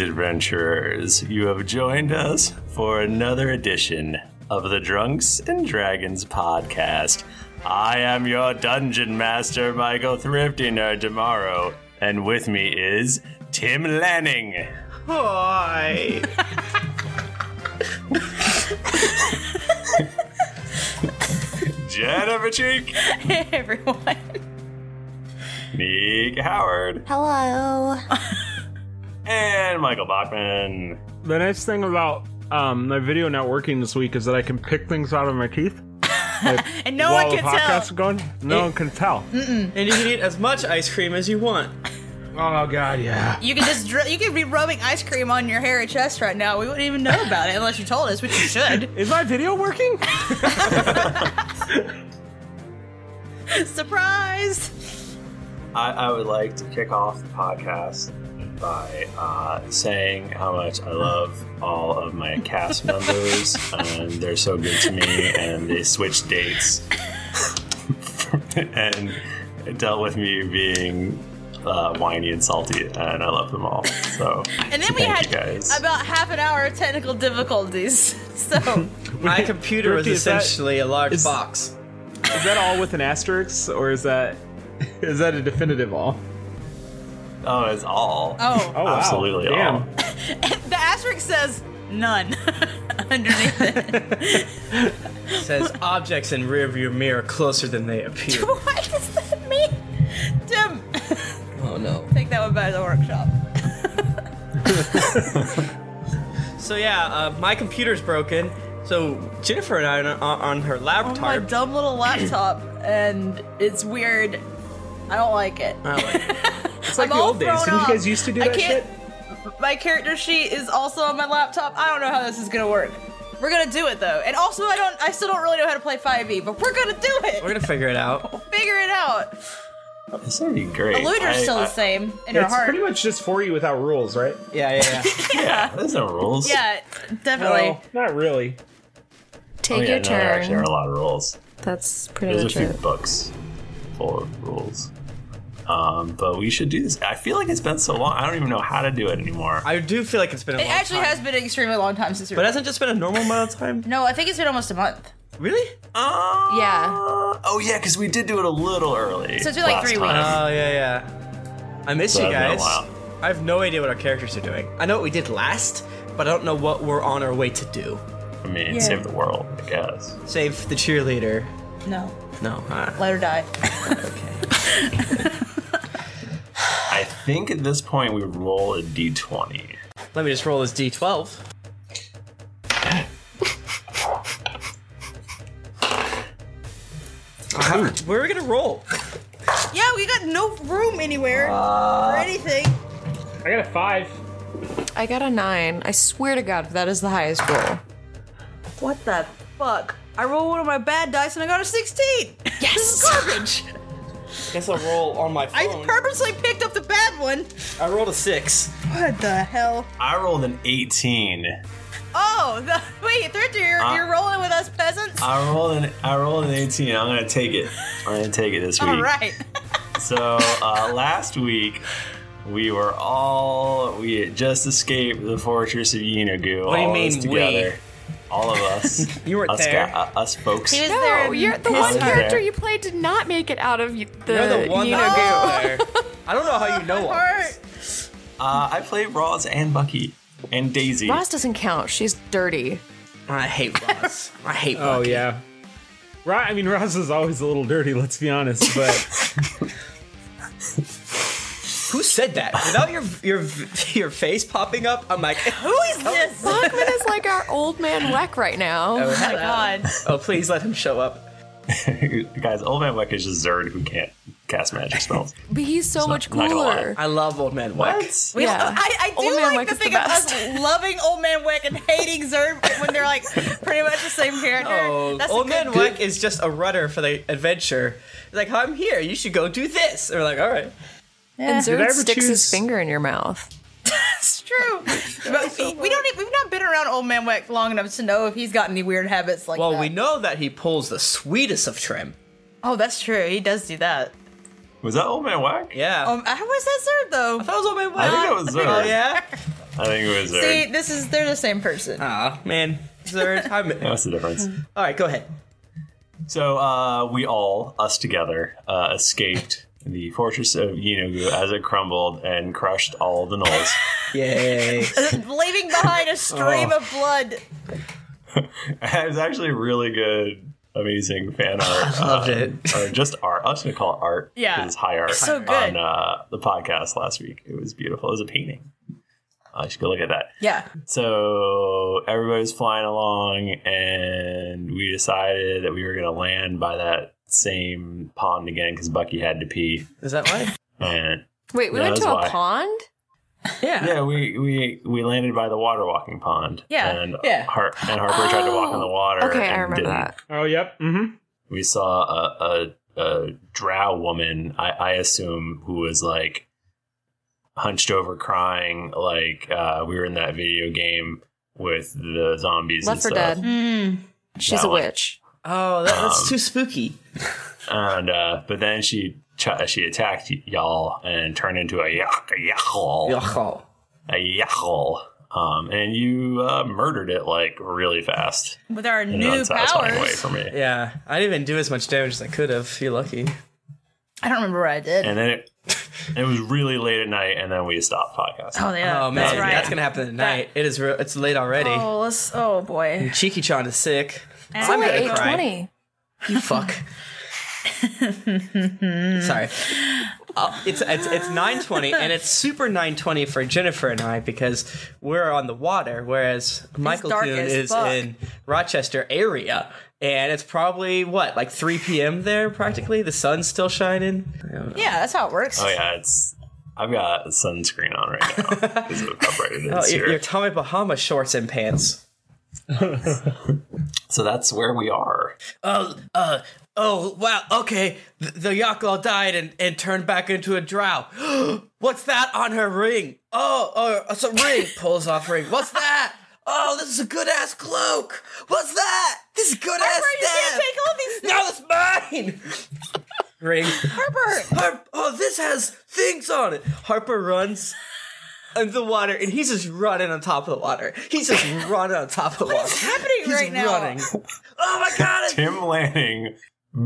adventurers, you have joined us for another edition of the Drunks and Dragons podcast. I am your dungeon master, Michael Thrifty Nerd Tomorrow, and with me is Tim Lanning. Hi. Jennifer Cheek. Hey everyone. Meek Howard. Hello. And Michael Bachman. The nice thing about um, my video not working this week is that I can pick things out of my teeth. Like, And no while one the can tell. podcast is going, no one can tell. and you can eat as much ice cream as you want. Oh god, yeah. You could just dr- you could be rubbing ice cream on your hairy chest right now. We wouldn't even know about it unless you told us, which you should. Is my video working? Surprise! I, I would like to kick off the podcast by uh, saying how much I love all of my cast members, and they're so good to me, and they switched dates and dealt with me being uh, whiny and salty, and I love them all. So, And then we thank had you guys. about half an hour of technical difficulties. So My computer was Ricky, is that- essentially a large is- box. is that all with an asterisk, or is that is that a definitive all? oh, it's all. Oh. Oh, wow. Absolutely Damn. all. the asterisk says none underneath it. It says objects in rearview mirror closer than they appear. what does that mean? Tim, oh no. take that one back to the workshop. So yeah, uh, my computer's broken. So Jennifer and I are on, on her on Oh, my laptop. dumb little laptop, and it's weird. I don't like it. I don't like it. It's like I'm the all old days. thrown Didn't you off. guys used to do I that can't- shit? My character sheet is also on my laptop. I don't know how this is gonna work. We're gonna do it though, and also I don't. I still don't really know how to play 5e, but we're gonna do it. We're gonna figure it out. figure it out. This would be great. Eluder's I- still I- the same in her It's heart. pretty much just for you without rules, right? Yeah, yeah, yeah. There's no rules. yeah, definitely. Well, not really. Oh, Take yeah, your no, there turn. actually are a lot of rules. That's pretty There's a much few it. books full of rules. Um, but we should do this. I feel like it's been so long. I don't even know how to do it anymore. I do feel like it's been a It long actually time. has been an extremely long time since we. But hasn't it just been a normal amount of time? no, I think it's been almost a month. Really? Uh, Yeah. Ah. Oh yeah, because we did do it a little early. So it's been like last three time. weeks. Oh yeah, yeah. I miss So you it's been a guys. while. I have no idea what our characters are doing. I know what we did last, but I don't know what we're on our way to do. I mean, Yeah. save the world, I guess. Save the cheerleader. No, No. uh, huh? let her die. I think at this point we roll a d20. Let me just roll this d12. How- Where are we gonna roll? yeah, we got no room anywhere or anything. I got a five. I got a nine. I swear to God, that is the highest roll. What the fuck? I rolled one of my bad dice and I got a 16! Yes! This is garbage! Guess I'll roll on my I phone. purposely picked up the bad one! I rolled a six. What the hell? I rolled an 18. Oh, the, wait, Thrifty, you're, Uh, you're rolling with us peasants? I rolled an I rolled an 18. I'm gonna take it. I'm gonna take it this week. Alright. So uh, last week we were all we had just escaped the fortress of Yinagu. What do you all mean, of us together. All of us. You weren't us there. ga- uh, us folks. He was No, there. you're the His heart. one character you played did not make it out of you- the, You're the one Nino that goo. was there. I don't know how you know all Heart. this. uh, I played Roz and Bucky and Daisy. Ross doesn't count. She's dirty. I hate Ross. I hate Ross. Oh yeah. Ro- I mean, Roz is always a little dirty. Let's be honest, but Who said that? Without your your your face popping up, I'm like, Who is this? Oh Bachman is like our old man Weck right now. my god. oh please let him show up. Guys, Old Man Weck is just Zerd who can't cast magic spells. But he's so much not gonna lie. cooler. I love Old Man Weck. what? We- Yeah. I, I do Old Man like Wick the is the thing of us best. loving Old Man Wick and hating Zerb when they're like pretty much the same character. Oh, That's a Old good- Man Weck is just a rudder for the adventure. He's like, "Oh, I'm here. You should go do this. And we're like, all right. and I Zerd ever sticks choose- his finger in your mouth. It's true. But we, we don't. e- We've not been around Old Man Weck long enough to know if he's got any weird habits like Well, that. we know that he pulls the sweetest of trim. oh, that's true. He does do that. Was that Old Man Weck? Yeah. Um, how was that served though? that was Old Man Weck. I think that was Zerd. oh yeah. I think it was See, there. this is they're the same person. Ah, man. Is there a time? What's Oh, the difference? hmm. All right, go ahead. So uh, we all, us together, uh, escaped the fortress of Yinugu as it crumbled and crushed all the gnolls. Yay. Leaving behind a stream Oh. of blood. it was actually really good, amazing fan art. Loved uh, it. Or just art. I'm just going to call it art. 'cause Yeah. It's high art. So On good. uh, the podcast last week. It was beautiful. It was a painting. I should go look at that. Yeah. So everybody's flying along, and we decided that we were going to land by that same pond again because Bucky had to pee. Is that why? And Wait, we Yeah, went to that's a why. pond? Yeah. yeah, we, we we landed by the water walking pond. Yeah, and yeah. Har- and Harper tried to walk in the Oh, water. Okay, and I remember didn't. that. Oh, yep. Mm-hmm. We saw a a, a drow woman, I, I assume, who was like hunched over crying, like uh, we were in that video game with the zombies. Left and for stuff. Dead. Mm. Mm. She's That a one. witch. Oh, that, that's Um, too spooky. and uh, but then she ch- she attacked y- y'all and turned into a yak a yakal Y'all. a yakal, um, and you uh, murdered it like really fast With our in an new unsatisfying way powers. for me. Yeah, I didn't even do as much damage as I could have. You're lucky. I don't remember what I did. And then it it was really late at night, and then we stopped podcasting. oh yeah. oh man, that's right. that's gonna happen at night. It is. Real, it's late already. Oh, let's. Oh boy. Cheeky Chan is sick. It's only gonna eight cry. twenty. You fuck. Sorry. Oh. Uh, it's it's it's nine twenty, and it's super nine twenty for Jennifer and I because we're on the water, whereas Michael dark Kuhn as is fuck. in Rochester area, and it's probably what like three p.m. there practically. The sun's still shining. I don't know. Yeah, that's how it works. Oh yeah, it's I've got sunscreen on right now because of how bright it is Oh, your, here. your Tommy Bahama shorts and pants. So that's where we are. Oh, uh, oh, wow, okay. The, the Yakal died and, and turned back into a drow. What's that on her ring? Oh, oh, it's a ring. Pulls off ring. What's that? Oh, this is a good ass cloak. What's that? This is good ass Harper, you can't stuff. take all these things. No, it's mine. ring. Harper. Harp- oh, this has things on it. Harper runs. in the water, and he's just running on top of the water. He's just running on top of the water. What's happening He's right now? running. Oh my god! it's Tim Lanning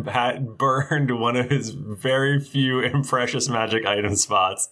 had burned one of his very few and precious magic item spots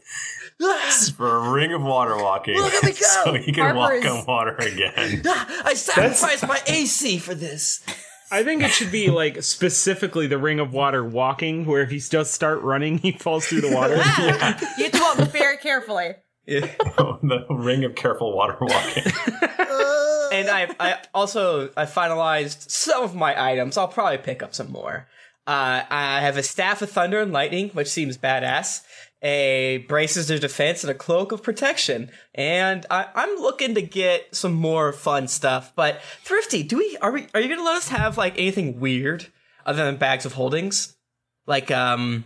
for a ring of water walking. Look at me go! So he can Harper walk is- on water again. I sacrificed my AC for this. I think it should be like specifically the ring of water walking, where if you just start running, he falls through the water. You have to walk very carefully. the ring of careful water walking. And I, I also I finalized some of my items. I'll probably pick up some more. Uh, I have a staff of thunder and lightning, which seems badass. A braces of defense and a cloak of protection. And I, I'm looking to get some more fun stuff. But thrifty, do we are we are you gonna let us have like anything weird other than bags of holdings, like um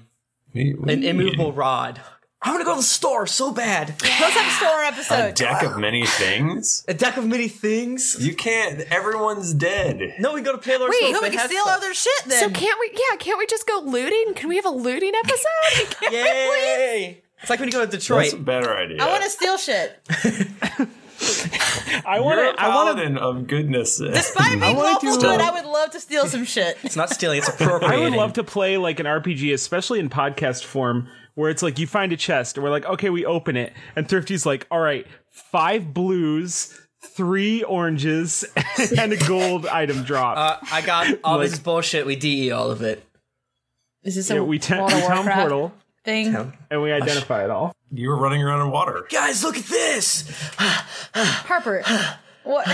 an immovable rod? I want to go to the store so bad. Let's have a store episode. Deck of many things. A deck of many things. You can't. Everyone's dead. No, we go to Paylor. Wait, Wait, no, we can steal other shit So then. can't we? Yeah, can't we just go looting? Can we have a looting episode? Yay! It's like when you go to Detroit. That's a better idea. I want to steal shit. I You're a want to. I want to. paladin of goodness. By being wanna lawful do that. good, I would love to uh, steal some shit. It's not stealing; it's I appropriating. would love to play like an RPG, especially in podcast form, where it's like you find a chest and we're like, okay, we open it, and Thrifty's like, all right, five blues, three oranges, and a gold item drop. Uh, I got all this bullshit. We de all of it. Is this Yeah, we te- we town portal thing? and we identify it all. You were running around in water. Guys, look at this. Harper, what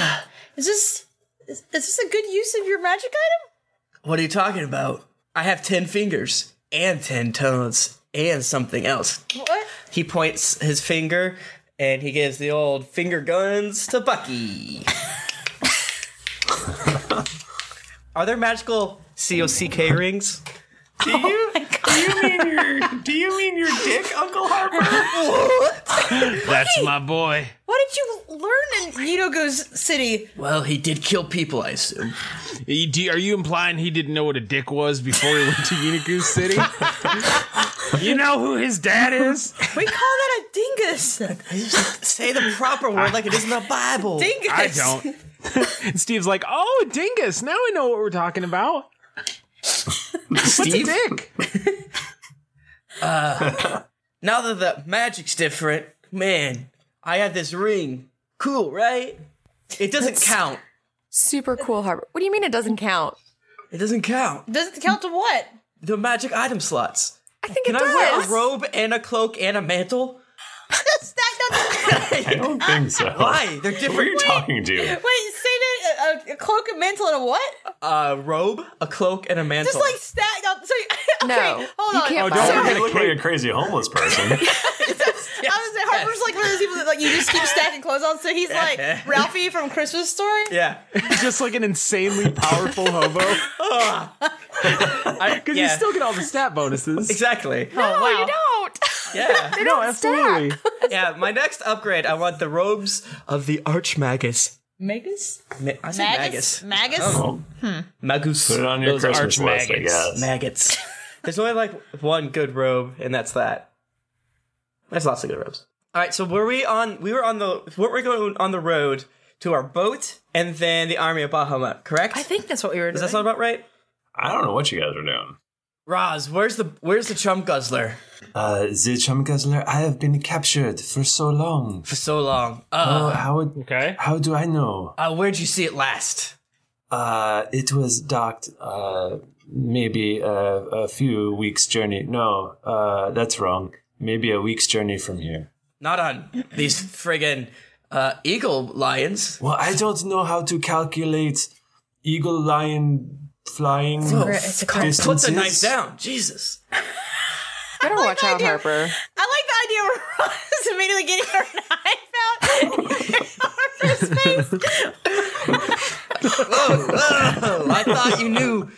is this? Is, is this a good use of your magic item? What are you talking about? I have ten fingers and ten toes and something else. What? He points his finger and he gives the old finger guns to Bucky. Are there magical C O C K rings? Do you, do you mean your do you mean your dick, Uncle Harper? That's my boy. What did you learn in Nidogo's city? Well, he did kill people, I assume. Are you implying he didn't know what a dick was before he went to Uniku City? You know who his dad is? We call that a dingus. Say the proper word like it is in the Bible. Dingus. I don't. and Steve's like, oh, dingus. Now I know what we're talking about. What's a Steve? dick? Uh, Now that the magic's different, man, I have this ring. Cool, right? It doesn't count. Super cool, Harper. What do you mean it doesn't count? It doesn't count. Doesn't count to what? The magic item slots. I think Can it I wear does. a robe and a cloak and a mantle? That's, that doesn't count. I don't think so. Why? They're Who are you different. talking to? Wait, say that uh, a, a cloak, a mantle, and a what? A robe, a cloak, and a mantle. Just like stacked up. So okay, No, hold you on. can't Oh, don't buy Sorry. it. You look like a crazy homeless person. Yes, I was gonna say Harper's like one of those people that like you just keep stacking clothes on. So he's like Ralphie from Christmas Story. Yeah. He's just like an insanely powerful hobo. Because you yeah. still get all the stat bonuses. Exactly. No, wow. you don't. Oh, Yeah. No, stack. absolutely. yeah. My next upgrade, I want the robes of the Archmagus. Magus. Hmm. Ma- I say Magus. Magus. Magus. Oh, Magus. Put it on your Those Christmas list, I archmaggots. guess. maggots. There's only like one good robe, and that's that. There's lots of good robes. All right, so were we on? We were on the. Weren't we going on the road to our boat and then the army of Bahamut? Correct. I think that's what we were Does doing. that sound about right? I don't know what you guys are doing. Roz, where's the where's the chum guzzler Uh, the Chumguzzler, I have been captured for so long. for so long? Oh, Uh, how would, Okay. how do I know? uh, where'd you see it last? Uh, it was docked uh, maybe a, a few weeks' journey. No, uh, that's wrong. Maybe a week's journey from here. Not on these friggin' uh, eagle lions. Well, I don't know how to calculate eagle lion flying it's a distances. Put the knife down, Jesus. Better watch out, Harper. I like the idea of Roz immediately getting her knife out. Harper's face. Whoa, whoa! I thought you knew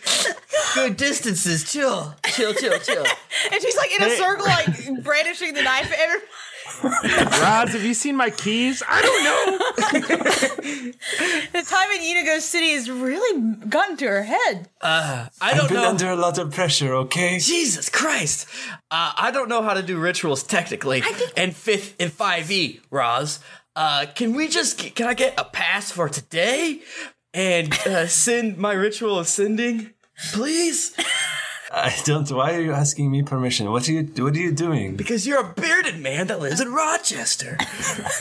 good distances. Chill, chill, chill, chill. And she's like in a circle, like brandishing the knife at everybody. Roz, have you seen my keys? I don't know. The time in Inigo City has really gotten to her head. Uh, I I've don't been know. under a lot of pressure, okay? Jesus Christ! Uh, I don't know how to do rituals technically. and fifth and five E, Roz. Uh, can we just get, can I get a pass for today and uh, send my ritual of sending, please? I don't. Why are you asking me permission? What are you? What are you doing? Because you're a bearded man that lives in Rochester.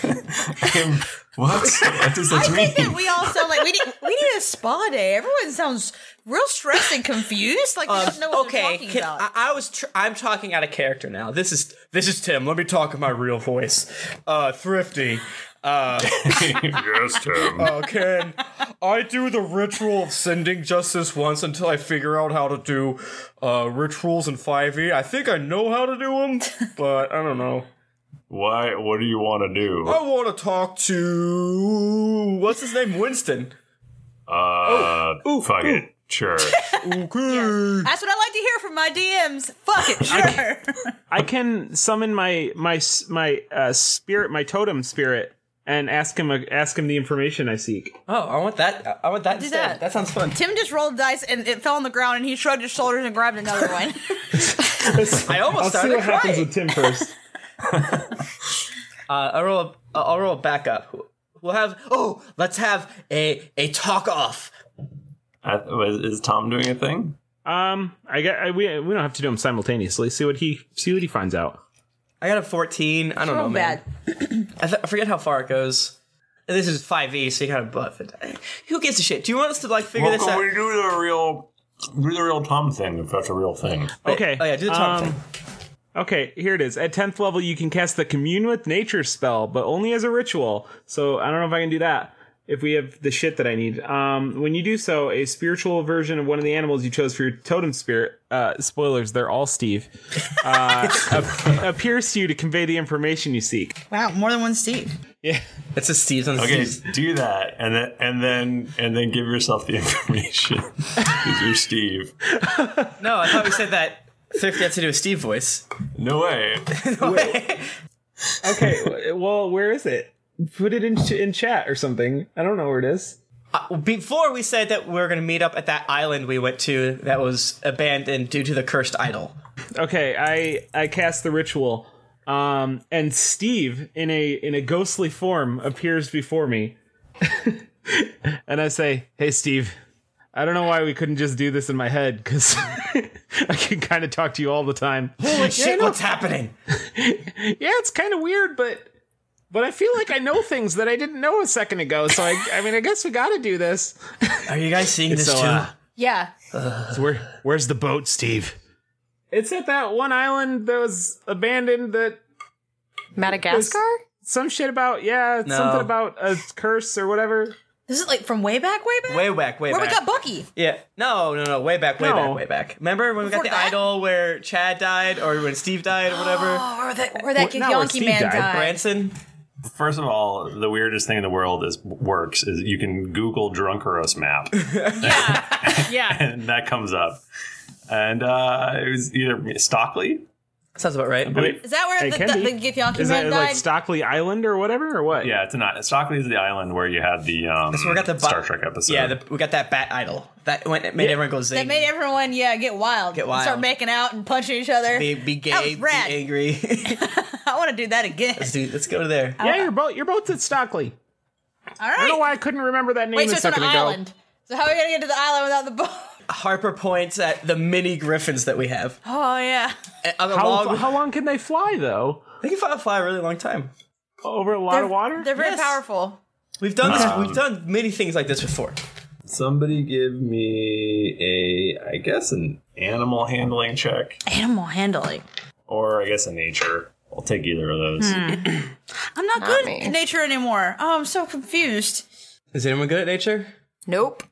Um, what? What does that I mean? think that we all sound like we need we need a spa day. Everyone sounds real stressed and confused. Like they don't know what they're Um, Uh, okay, talking can, about. I, I was tr- I'm talking out of character now. This is this is Tim. Let me talk in my real voice. Uh, thrifty. yes, Tim. Uh, can I do the ritual of sending just this once until I figure out how to do uh, rituals in 5e? I think I know how to do them, but I don't know. Why? What do you want to do? I want to talk to. What's his name? Winston. Oh, Uh, fuck it. Sure. Okay. That's what I like to hear from my DMs. Fuck it, sure. I can summon my my s- my uh, spirit, my totem spirit, and ask him a, ask him the information I seek. Oh, I want that. I want that instead. that. That sounds fun. Tim just rolled dice and it fell on the ground, and he shrugged his shoulders and grabbed another one. I almost I'll see started what happens crying. with Tim first. Uh, I'll roll. A, I'll roll a backup. We'll have. Oh, let's have a a talk off. Uh, was, is Tom doing a thing? Um, I got I, we we don't have to do them simultaneously. See what he see what he finds out. I got a 14. I don't know, Real man. I, th- I forget how far it goes. And This is 5e, so you gotta buff it. Who gives a shit? Do you want us to like figure this out? do the real, do the real Tom thing if that's a real thing? Okay. Oh yeah, do the top um, thing. Okay, here it is. At 10th level, you can cast the Commune with Nature spell, but only as a ritual. So I don't know if I can do that. If we have the shit that I need. Um, when you do so, a spiritual version of one of the animals you chose for your totem spirit, uh, spoilers, they're all Steve, uh, ap- appears to you to convey the information you seek. Wow, more than one Steve. It's a Steve's on the Okay, Steve's. do that, and then and then and then give yourself the information because you're Steve. No, I thought we said that Thrifty had to do a Steve voice. No way. Okay, w- well, where is it? Put it in, ch- in chat or something. I don't know where it is. Uh, Before we said that we were gonna meet up at that island we went to that was abandoned due to the cursed idol. Okay, I I cast the ritual. Um and Steve in a in a ghostly form appears before me. and I say, "Hey Steve, I don't know why we couldn't just do this in my head cuz I can kind of talk to you all the time." Holy shit, what's happening? yeah, it's kind of weird, but but I feel like I know things that I didn't know a second ago. So I I mean, I guess we got to do this. Are you guys seeing this So, too? uh, Yeah. So where where's the boat, Steve? It's at that one island that was abandoned that Madagascar? some shit about yeah, No. something about a curse or whatever. This is like from way back, way back? way back, way Where back. we got Bucky. yeah, no, no, no, way back, way No. back, way back. Remember when we got Before the that? idol where Chad died, or when Steve died, or whatever? Oh, or that, or that Well, not where Yankee Steve man died. died, Branson. First of all, the weirdest thing in the world is works is you can Google Drunkeros map, Yeah. Yeah. and that comes up. And uh, it was either Stockley. Sounds about right. Wait, Is that where It the, can the, be. the Yankee Is that man like died? Stockley Island or whatever or what? yeah, it's an i- Stockley is the island where you had the um, where we got the bu- Star Trek episode. Yeah, the, we got that bat idol that went, it made everyone go zing. that made everyone, yeah, get wild. Get wild. Start making out and punching each other. be, be That gay, was be rad. angry. I want to do that again. let's, do, let's go to there. yeah, your boat your boat's at Stockley. All I don't know right. why I couldn't remember that name Wait, a so it's on an second ago. island. So how are we going to get to the island without the boat? Harper points at the mini griffins that we have. Oh, yeah. Uh, How, along- how long can they fly though? they can fly- fly a really long time. Over a lot of water? They're very Yes. powerful. We've done this. We've done many things like this before. Um, Somebody give me a, I guess, an animal handling check, Animal handling. or I guess a nature. I'll take either of those. Hmm. I'm not, good me. at nature anymore. Oh, I'm so confused. Is anyone good at nature? Nope.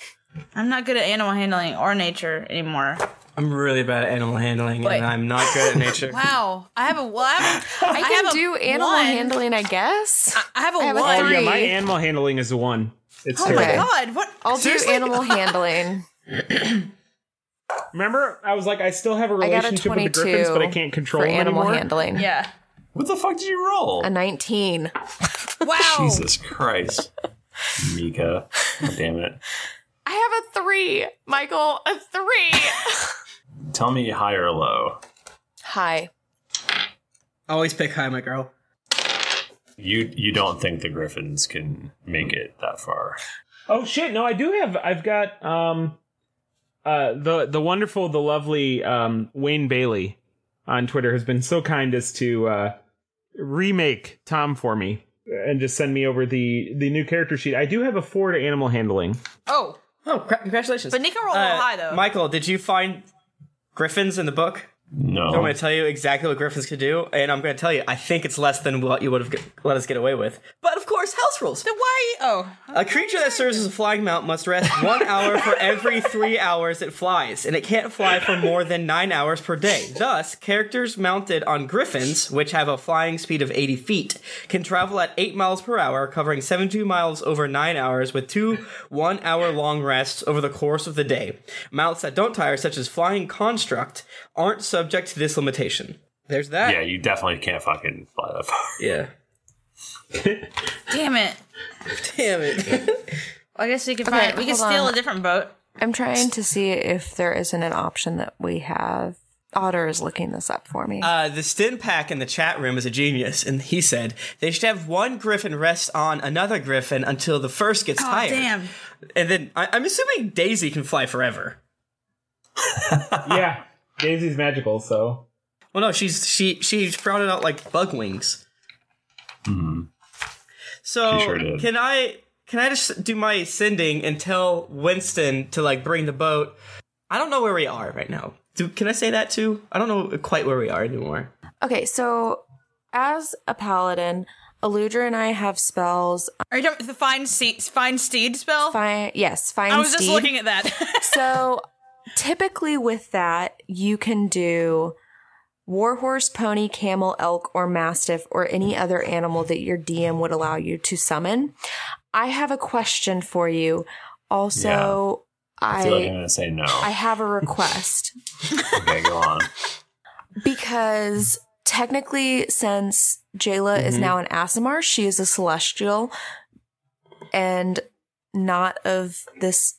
I'm not good at animal handling or nature anymore. I'm really bad at animal handling, Wait. and I'm not good at nature. Wow. I have a well, I, have, I, I can have a do animal one. handling, I guess. I have a have a one. Oh yeah, my Three. animal handling is a one. It's my terrible. God. Oh God, what? I'll Seriously? do animal handling. Remember, I was like, I still have a I got a relationship with the 22 Griffins, but I can't control for them animal anymore. handling. Yeah. What the fuck did you roll? A 19. Wow. Jesus Christ, Mika! God damn it! I have a 3. Michael, a 3. Tell me high or low. Hi. Always pick high, my girl. You you don't think the Griffins can make it that far? Oh shit! No, I do have. I've got um, uh, the the wonderful, the lovely um, Wayne Bailey on Twitter has been so kind as to uh, remake Tom for me and just send me over the the new character sheet. I do have a four to animal handling. Oh, Oh, cra- congratulations! but Nika rolled a Uh, little high though. Michael, did you find griffins in the book? I'm No. going to tell you exactly what griffins could do, and I'm going to tell you. I think it's less than what you would have g- let us get away with. But of course, house rules. then why? Are you, oh, A creature that serves as a flying mount must rest one hour for every three hours it flies, and it can't fly for more than nine hours per day. Thus, characters mounted on griffins, which have a flying speed of 80 feet, can travel at 8 miles per hour, covering 72 miles over 9 hours, with two one hour long rests over the course of the day. Mounts that don't tire, such as Flying Construct, aren't subject to this limitation. There's that. Yeah, you definitely can't fucking fly that far. Yeah. damn it! Damn it. Well, I guess we can Okay, find. We can hold steal on. a different boat. I'm trying to see if there isn't an option that we have. Otter is looking this up for me. Uh, the Stin Pack in the chat room is a genius, and he said they should have one griffin rest on another griffin until the first gets Oh, tired. damn. And then I- I'm assuming Daisy can fly forever. yeah, Daisy's magical, so Well, no, she's she she sprouted out like bug wings. So Mm-hmm. She sure did. can I can I just do my sending and tell Winston to like bring the boat? I don't know where we are right now. Do, can I say that too? I don't know quite where we are anymore. okay, so as a paladin, Aludra and I have spells. Are you talking about the find seat, find steed spell? Fine, yes, fine. I was just looking at that. So typically with that, you can do warhorse, pony, camel, elk, or mastiff, or any other animal that your DM would allow you to summon. I have a question for you. Also, I I feel like I'm gonna say no. I have a request okay, go on. because technically, since Jayla is Mm-hmm. now an Asimar, she is a celestial and not of this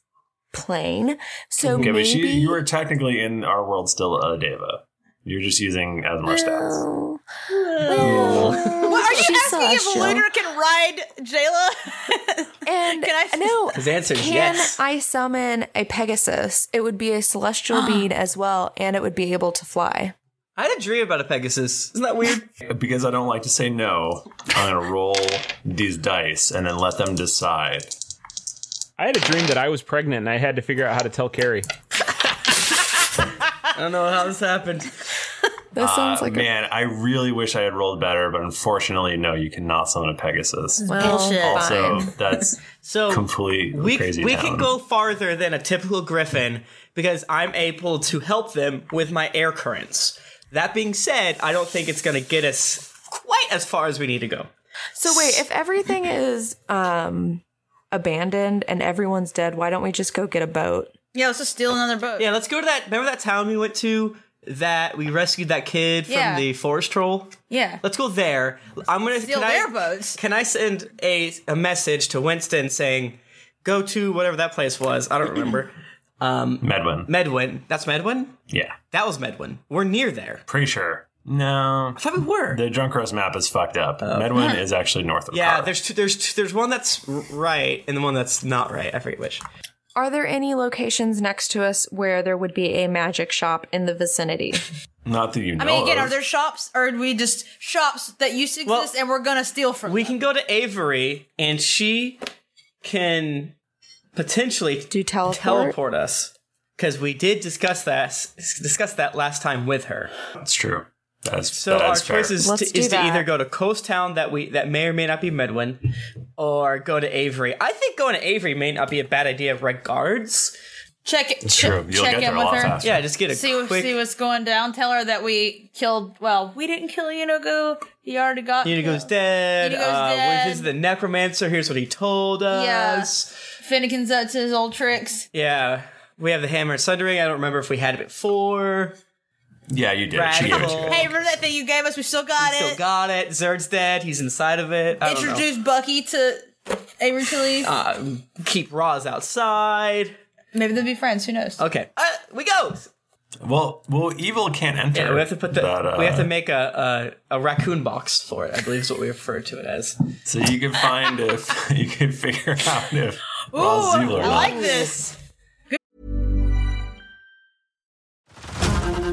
plane. So Okay, maybe but she, you were technically in our world still a deva. You're just using Asmar stats. Oh. What, are you She's so asking if chill. Lunar can ride Jayla? And Can I- no, His answer is can yes. I summon a Pegasus? It would be a celestial being as well, and it would be able to fly. I had a dream about a Pegasus. Isn't that weird? Because I don't like to say no, I'm going to roll these dice and then let them decide. I had a dream that I was pregnant and I had to figure out how to tell Carrie. I don't know how this happened. That Uh, sounds like Uh, Man, I really wish I had rolled better, but unfortunately, no, you cannot summon a Pegasus. a well, Bullshit. Also, fine. that's So complete we, crazy. we town. can go farther than a typical griffin because I'm able to help them with my air currents. That being said, I don't think it's going to get us quite as far as we need to go. So wait, if everything is um abandoned and everyone's dead, why don't we just go get a boat? yeah, let's just steal another boat. Yeah, let's go to that. Remember that town we went to that we rescued that kid from Yeah. the forest troll? Yeah. Let's go there. I'm gonna steal can I- their boats. Can I send a a message to Winston saying, "Go to whatever that place was. I don't remember." Medwin. Medwin. That's Medwin. yeah, That was Medwin. We're near there. pretty sure. No, I thought we were. Oh. the Drunk Rose map is fucked up. Medwin is actually north of yeah, Carr. there's two. There's two, there's one that's r- right and the one that's not right. I forget which. Are there any locations next to us where there would be a magic shop in the vicinity? not that you know. I mean, again, of. are there shops, or are we just shops that used to Well, exist and we're gonna steal from? We them? can go to Avery and she can potentially Do teleport? teleport us because we did discuss that discuss that last time with her. That's true. That's So our fair. choice is, Let's to, do is to that. either go to Coast Town that we that may or may not be Medwin, or go to Avery. I think going to Avery may not be a bad idea regards. check it. che- True. You'll check get there in a with lot her. faster. Yeah, just get a See, what- quick. see what's going down. Tell her that we killed. Well, we didn't kill Unigo. He already got. Unigo's killed. dead. Unigo's uh, dead. This is the necromancer. Here's what he told us. Finnegan's up to his old tricks. Yeah. We have the hammer and sundering. I don't remember if we had it before. Yeah, you did. She gave it to you. Radical. Hey, remember that thing you gave us? We still got Still it. got it. Zerd's dead. He's inside of it. I don't know. Introduce Bucky to Avery Tilly. Uh, keep Roz outside. Maybe they'll be friends. Who knows? Okay, uh, we go. Well, well, evil can't enter. Yeah, we have to put the But, uh, we have to make a, a a raccoon box for it. I believe is what we refer to it as. So you can find if you can figure out if Ooh, Ross I evil or not. like this.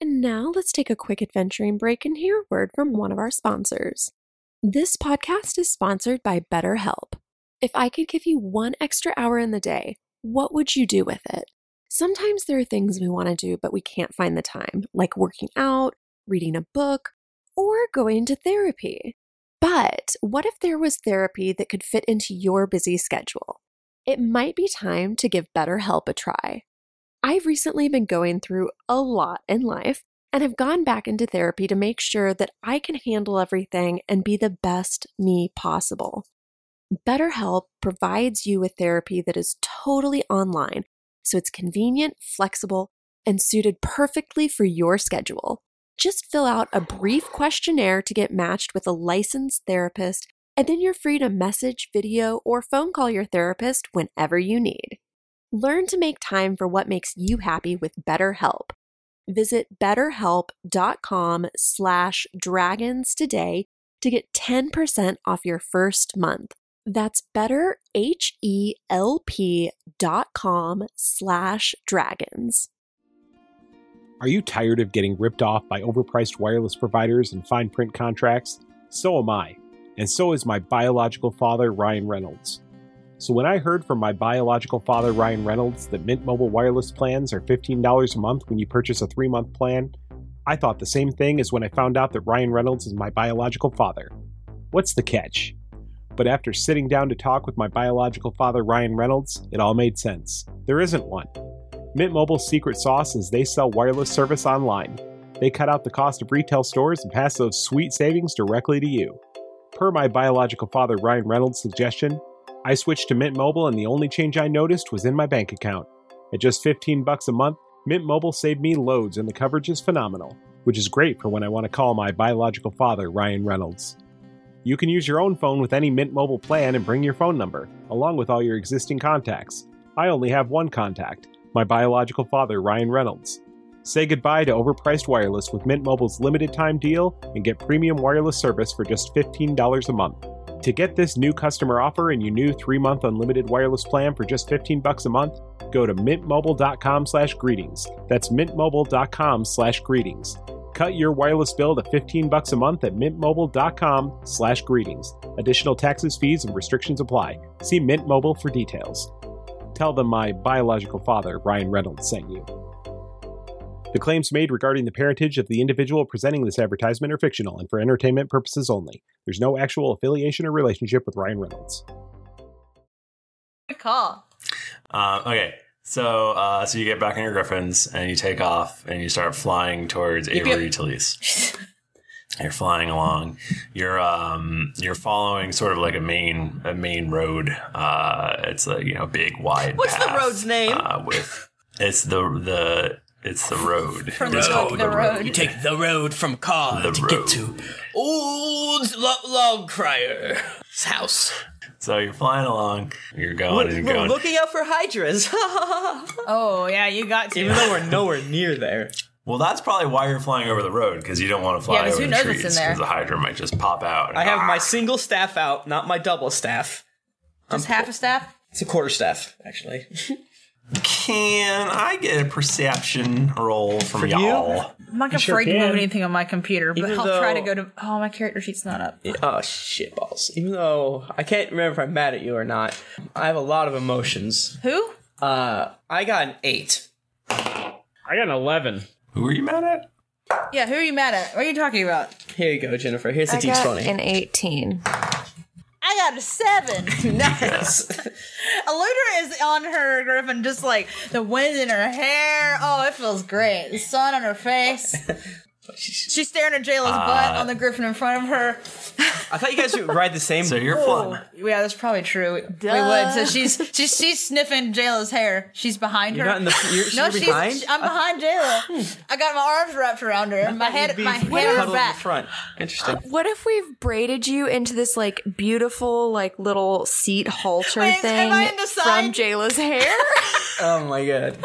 And now let's take a quick adventuring break and hear a word from one of our sponsors. This podcast is sponsored by BetterHelp. If I could give you one extra hour in the day, what would you do with it? Sometimes there are things we want to do, but we can't find the time, like working out, reading a book, or going to therapy. But what if there was therapy that could fit into your busy schedule? It might be time to give BetterHelp a try. I've recently been going through a lot in life and have gone back into therapy to make sure that I can handle everything and be the best me possible. BetterHelp provides you with therapy that is totally online, so it's convenient, flexible, and suited perfectly for your schedule. Just fill out a brief questionnaire to get matched with a licensed therapist, and then you're free to message, video, or phone call your therapist whenever you need. Learn to make time for what makes you happy with BetterHelp. Visit betterhelp.com slash dragons today to get 10% off your first month. That's betterhelp.com slash dragons. Are you tired of getting ripped off by overpriced wireless providers and fine print contracts? So am I. And so is my biological father, Ryan Reynolds. So when I heard from my biological father, Ryan Reynolds, that Mint Mobile wireless plans are $15 a month when you purchase a three month plan, I thought the same thing as when I found out that Ryan Reynolds is my biological father. What's the catch? But after sitting down to talk with my biological father, Ryan Reynolds, it all made sense. There isn't one. Mint Mobile's secret sauce is they sell wireless service online. They cut out the cost of retail stores and pass those sweet savings directly to you. Per my biological father Ryan Reynolds' suggestion, I switched to Mint Mobile and the only change I noticed was in my bank account. At just 15 bucks a month, Mint Mobile saved me loads and the coverage is phenomenal, which is great for when I want to call my biological father Ryan Reynolds. You can use your own phone with any Mint Mobile plan and bring your phone number, along with all your existing contacts. I only have one contact my biological father, Ryan Reynolds. Say goodbye to overpriced wireless with Mint Mobile's limited time deal and get premium wireless service for just $15 a month. To get this new customer offer and your new three-month unlimited wireless plan for just 15 bucks a month, go to mintmobile.com slash greetings. That's mintmobile.com slash greetings. Cut your wireless bill to 15 bucks a month at mintmobile.com slash greetings. Additional taxes, fees, and restrictions apply. See Mint Mobile for details. Tell them my biological father, Ryan Reynolds, sent you. The claims made regarding the parentage of the individual presenting this advertisement are fictional and for entertainment purposes only. There's no actual affiliation or relationship with Ryan Reynolds. Good call. Uh, okay, so uh, so you get back on your griffins and you take off and you start flying towards Yep, Avery yep. Utilis. You're flying along. You're um you're following sort of like a main a main road. Uh, it's a you know big wide. What's the path, road's name? Uh, with it's the the it's the road. From It's road called to the road. road. You take the road from car The to road. get to uh, old Lo- log crier's house. So you're flying along. You're We're, going and we're going. looking out for hydras, Oh yeah, you got to. even though we're nowhere near there. Well, that's probably why you're flying over the road because you don't want to fly Yeah, 'cause over who the knows what's trees in there? the hydra might just pop out. and- I have my single staff out, not my double staff. Just half a staff. It's a quarter staff, actually. Can I get a perception roll from From you? y'all? I'm not sure afraid to move can. anything on my computer, but Even I'll try though- to go to. Oh, my character sheet's not up. Oh shit balls. Even though I can't remember if I'm mad at you or not, I have a lot of emotions. Who? Uh, I got an eight. I got an 11. Who are you mad at? Yeah, who are you mad at? What are you talking about? Here you go, Jennifer. Here's the I d got twenty. an 18. I got a seven. Nice. Eludra is on her griffin, just like the wind in her hair. Oh, it feels great. The sun on her face. She's staring at Jayla's butt Uh, on the griffin in front of her. I thought you guys would ride the same. So you're flying. Yeah, that's probably true. We would. So she's she's she's sniffing Jayla's hair. She's behind You're her. not in the. You're, no, you're she's. behind. Uh, hmm. I'm behind Jayla. I got my arms wrapped around her. My head, You'd be my head on her huddled in back. the front. Interesting. What if we've braided you into this like beautiful like little seat halter Wait, am thing I in the from side? Jayla's hair? Oh my god.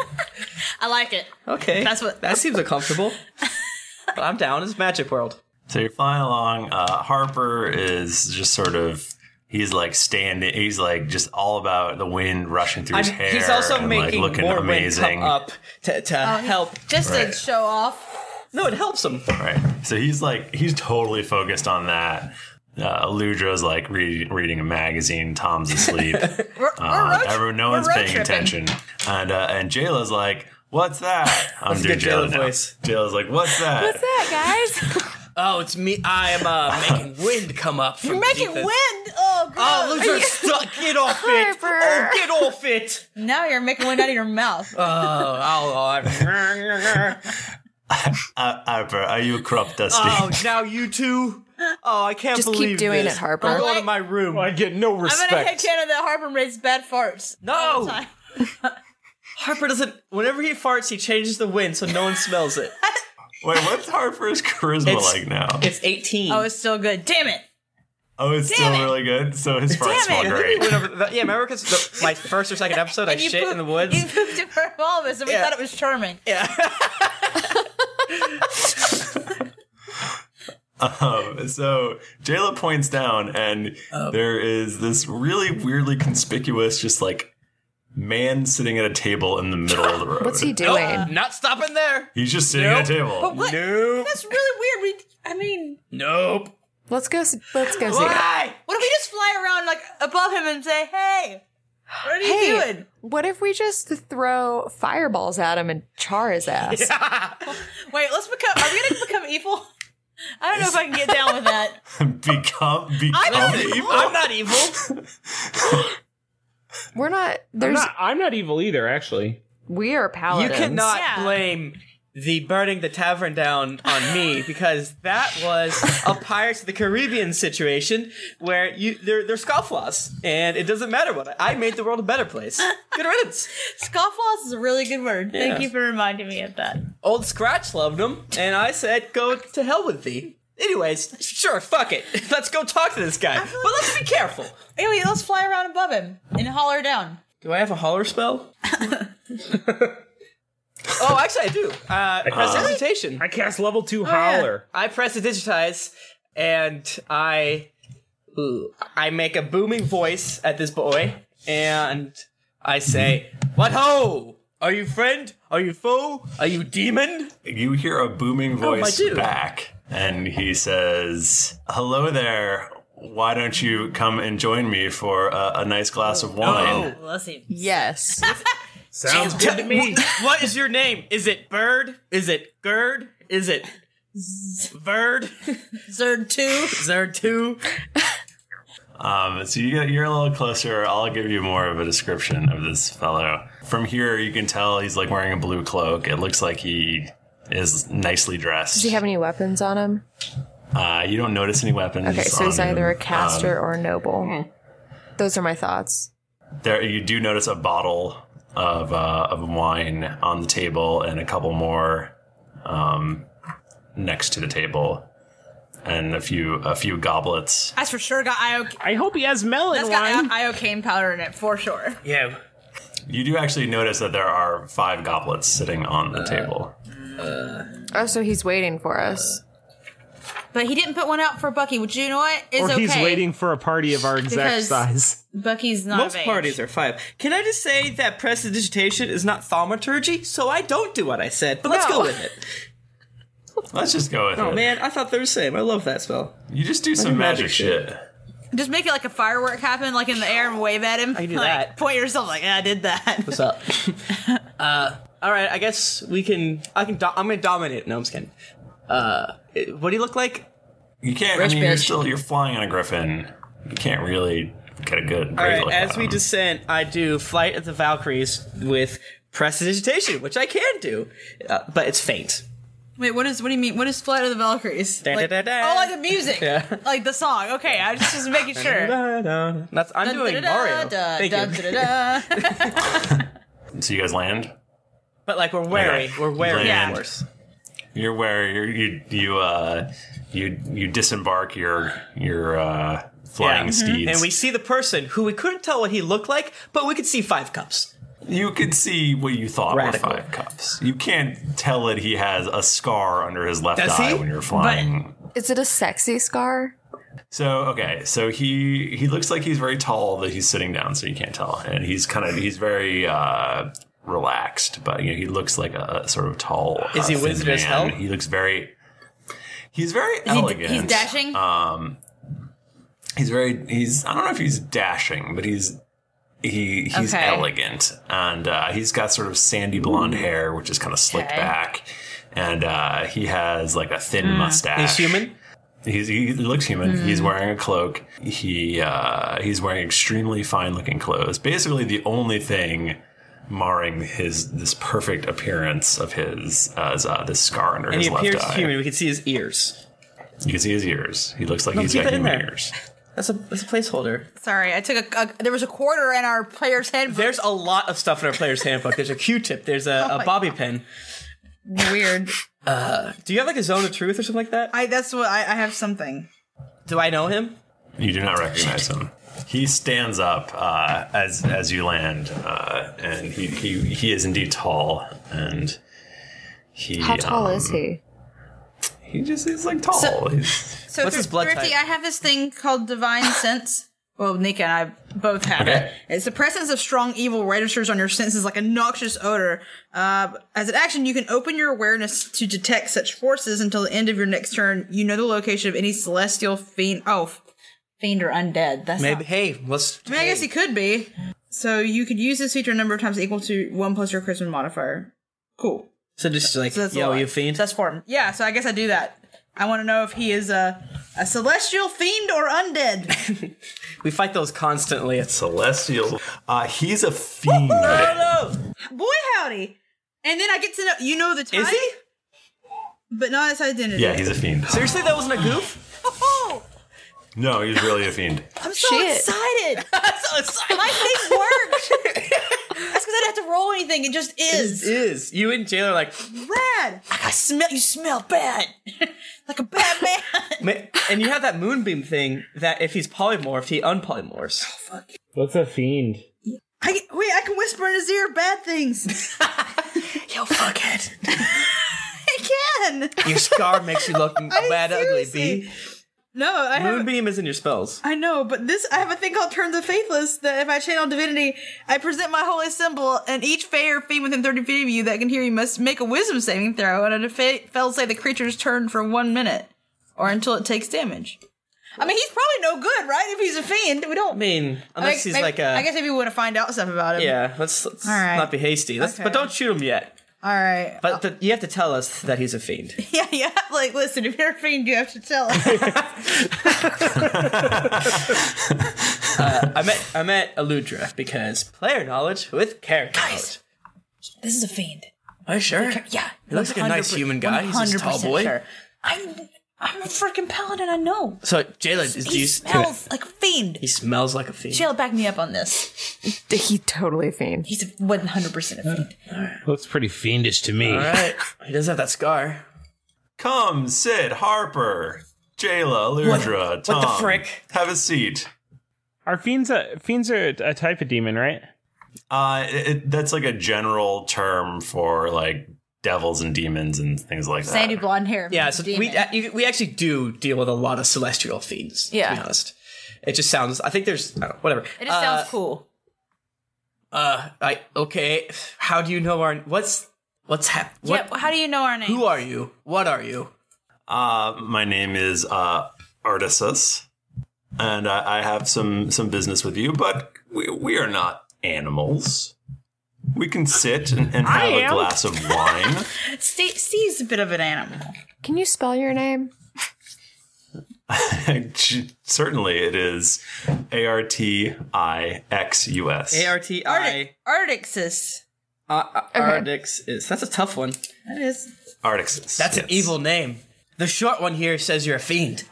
I like it. Okay. That's what- That seems uncomfortable. but I'm down. It's Magic World. So you're flying along. Uh, Harper is just sort of. He's like standing. He's like just all about the wind rushing through his I'm- hair. he's also and making like looking more amazing. wind come up to, to Oh, Uh, help. Just to Right. show off. No, it helps him. Right. So he's like he's totally focused on that. Uh, Ludra's like re- reading a magazine. Tom's asleep. We're, we're Uh, road, everyone, no we're one's road paying tripping. attention. And uh, and Jayla's like, "What's that?" I'm That's a doing good Jayla Jayla now. voice. Jayla's like, "What's that?" What's that, guys? Oh, it's me. I am uh, making wind come up. From Making beneath the- wind. Oh, gross. Oh, Luther, stop! Get off it! Harper. Oh, get off it! Now you're making wind out of your mouth. Oh, oh, oh, Uh, Harper, are you crop dusting? Oh, now you two. Oh, I can't Just keep believe doing this. Oh, it, Harper. I'm going to my room. I get no I'm gonna head respect. canon that Harper makes bad farts. No, Harper doesn't. Whenever he farts, he changes the wind so no one smells it. Wait, what's Harper's charisma It's- like now? It's 18. Oh, it's still good. Damn it. oh, it's still really good. So his farts smell Damn it. great. Went over the- yeah, remember because my first or second episode, I And you shit in the woods. You pooped in front of all of us, and we Yeah. thought it was charming. Um, so Jayla points down, and Um, there is this really weirdly conspicuous, just like man sitting at a table in the middle of the road. What's he Nope, doing? not stopping there. He's just sitting at a table. But what? Nope. That's really weird. We, I mean, Nope. Let's go. s- Let's go see. it. Why? what if we just fly around like above him and say, "Hey, what are you Hey. doing? What if we just throw fireballs at him and char his ass? Wait, let's become. Are we gonna become evil? I don't know if I can get down with that. become become not evil. I'm not evil. We're not. I'm There's. not, I'm not evil either, actually. we are You paladins. cannot Yeah. blame the burning the tavern down on me because that was a Pirates of the Caribbean situation where you they're, they're scofflaws and it doesn't matter what I, I made the world a better place. Good riddance. Scofflaws is a really good word. Yeah. Thank you for reminding me of that. Old Scratch loved him and I said, "Go to hell with thee." Anyways, sure, fuck it. Let's go talk to this guy, feel but let's be careful. Anyway, let's fly around above him and holler down. Do I have a holler spell? oh, actually, I do. Uh, prestidigitation. I cast level two yeah. howler. Oh, I press the digitize, and I, ooh, I make a booming voice at this boy, and I say, "What ho? Are you friend? Are you foe? Are you demon?" You hear a booming Oh, I voice do. back, and he says, "Hello there. Why don't you come and join me for a, a nice glass Oh. of wine?" Bless him. Yes. Sounds good to me. What is your name? Is it Bird? Is it Gird? Is it Bird? Zerd two. Zerd two? Um, so you get you're a little closer. I'll give you more of a description of this fellow. From here, you can tell he's like wearing a blue cloak. It looks like he is nicely dressed. Do you have any weapons on him? uh, you don't notice any weapons. Okay, so he's on either a him. Um, caster or a noble. Those are my thoughts. There, you do notice a bottle of uh, of wine on the table and a couple more um, next to the table, and a few a few goblets. That's for sure. Got io. I hope he has melon That's wine. got io- iocane powder in it for sure. Yeah. You do actually notice that there are five goblets sitting on Uh, the table. Oh, so he's waiting for us. But he didn't put one out for Bucky, which you know what is or okay. he's waiting for a party of our exact Because- size. Bucky's not Most of age. parties are five. Can I just say that prestidigitation is not thaumaturgy, so I don't do what I said, but let's No. go with it. Let's just go with Oh it. man, I thought they were the same. I love that spell. You just do some magic magic shit. Just make it like a firework happen, like in the air and wave at him. I can do like, that. Point yourself like, yeah, I did that. What's up? uh, all right, I guess we can. I can. Do- I'm gonna dominate. No, I'm just kidding. Uh, it- what do you look like? You can't. I Rich mean, you're bitch. still you're flying on a griffin. You can't really get a good. All great right, look as at we him. descend, I do Flight of the Valkyries with prestidigitation, which I can do, uh, but it's faint. Wait, what is? What do you mean? What is Flight of the Valkyries? Da, like, da, da, da. Oh, like the music, like the song. Okay, I was just making sure. That's I'm doing Da, da, Mario. da, Thank da, you. da, da, da. so you guys land. But like we're wary. Okay. We're wary. Land. Of course. You're where you're, you you uh you you disembark your your uh flying Yeah. Mhm. steeds, And we see the person who we couldn't tell what he looked like, but we could see five cups. you could see what you thought Radical. were five cups. You can't tell that he has a scar under his left Does eye he? when you're flying. Is it a sexy scar? So okay, so he he looks like he's very tall that he's sitting down, so you can't tell, and he's kind of he's very uh, relaxed, but you know he looks like a, a sort of tall. Is uh, he thin wizard as hell? man. He looks very. He's very he- elegant. he's dashing? Um, he's very he's I don't know if he's dashing, but he's he he's Okay. elegant, and uh, he's got sort of sandy blonde hair, which is kind of slicked Okay. back, and uh, he has like a thin mustache. Hmm. He's human. He's, he looks human. He's wearing a cloak. He uh, he's wearing extremely fine looking clothes. Basically, the only thing marring his this perfect appearance of his uh, is uh, this scar under And his he left appears eye. human. We can see his ears. You can see his ears. He looks like he's keep got it in human there. ears. That's a that's a placeholder. Sorry, I took a, a. There was a quarter in our player's handbook. There's a lot of stuff in our player's handbook. There's a Q-tip. There's a, Oh a my bobby pin. Weird. Uh, do you have like a zone of truth or something like that? I. That's what I, I have something. Do I know him? You do not recognize him. He stands up uh, as as you land, uh, and he, he he is indeed tall, and he How tall um, is he? He just is like tall. So- He's- So What's Thr- his blood Thrifty, type? I have this thing called divine sense. Well, Nika and I both have Okay. it. It's the presence of strong evil registers on your senses like a noxious odor. Uh, as an action, you can open your awareness to detect such forces until the end of your next turn. You know the location of any celestial fiend. Oh, f- fiend or undead. That's Maybe. not- Hey, let's. I mean, I guess he could be. So you could use this feature a number of times equal to one plus your charisma modifier. Cool. So just like, So that's a yo, lot. you fiend. That's form. Yeah, so I guess I do that. I want to know if he is a a celestial fiend or undead. We fight those constantly. It's celestial. Uh, he's a fiend. Boy howdy. And then I get to know you know the type. Is he? But not his identity. yeah, he's a fiend. Seriously, that wasn't a goof. Oh, No, he's really a fiend. I'm so Shit. excited. so excited. My thing worked. That's because I didn't have to roll anything. It just is. It is you and Jalen are like, Rad. I smell. You smell bad. like a bad man. Ma- and you have that moonbeam thing that if he's polymorphed, he unpolymorphs. Oh, What's a fiend? I can- wait. I can whisper in his ear bad things. Yo, fuck it. I can. Your scar makes you look bad, ugly, seriously- B. No, I have. Moonbeam is in your spells. I know, but this I have a thing called Turns of Faithless that if I channel divinity, I present my holy symbol, and each fey or fiend within 30 feet of you that can hear you must make a wisdom saving throw, and if it fails, say the creature's turn for one minute or until it takes damage. I mean, he's probably no good, right? If he's a fiend, we don't. I mean, unless he's maybe- like a I guess maybe we want to find out stuff about him. yeah. Let's, let's All right. not be hasty. Let's, Okay. Oh. But don't shoot him yet. All right. But th- you have to tell us that he's a fiend. Yeah, yeah. Like, listen, if you're a fiend, you have to tell us. Uh, I met I met Aludra because player knowledge with character knowledge. this is a fiend. Are you sure? Yeah. He looks like a nice human guy. He's a tall boy. I'm, I'm a freaking paladin, I know. So Jalen, is do He you smells like a fiend. he smells like a fiend. Sheila, back me up on this. He totally fiend. He's 100% a fiend. Looks pretty fiendish to me. All right. He does have that scar. Come, Sid, Harper, Jayla, Ludra, what Tom. the frick? Have a seat. Are fiends a fiends are a a type of demon, right? Uh, it, it- that's like a general term for like devils and demons and things like that. Sandy blonde hair. Uh, Yeah. So Demon. we uh, you- we actually do deal with a lot of celestial fiends. To Yeah. be honest, it just sounds. I think there's I don't know, whatever. it just sounds cool. Uh, I okay. How do you know our what's what's hap- what yeah, how do you know our name? Who are you? What are you? Uh, my name is uh, Artisus, and I, I have some some business with you, but we, we are not animals. We can sit and, and have a glass of wine. Steve, Steve's a bit of an animal. Can you spell your name? Certainly, it is A R T I X U S. A R T I Artic- Artixis. Ardix is that's a tough one. That is. Artixus. That's an yes. evil name. The short one here says you're a fiend.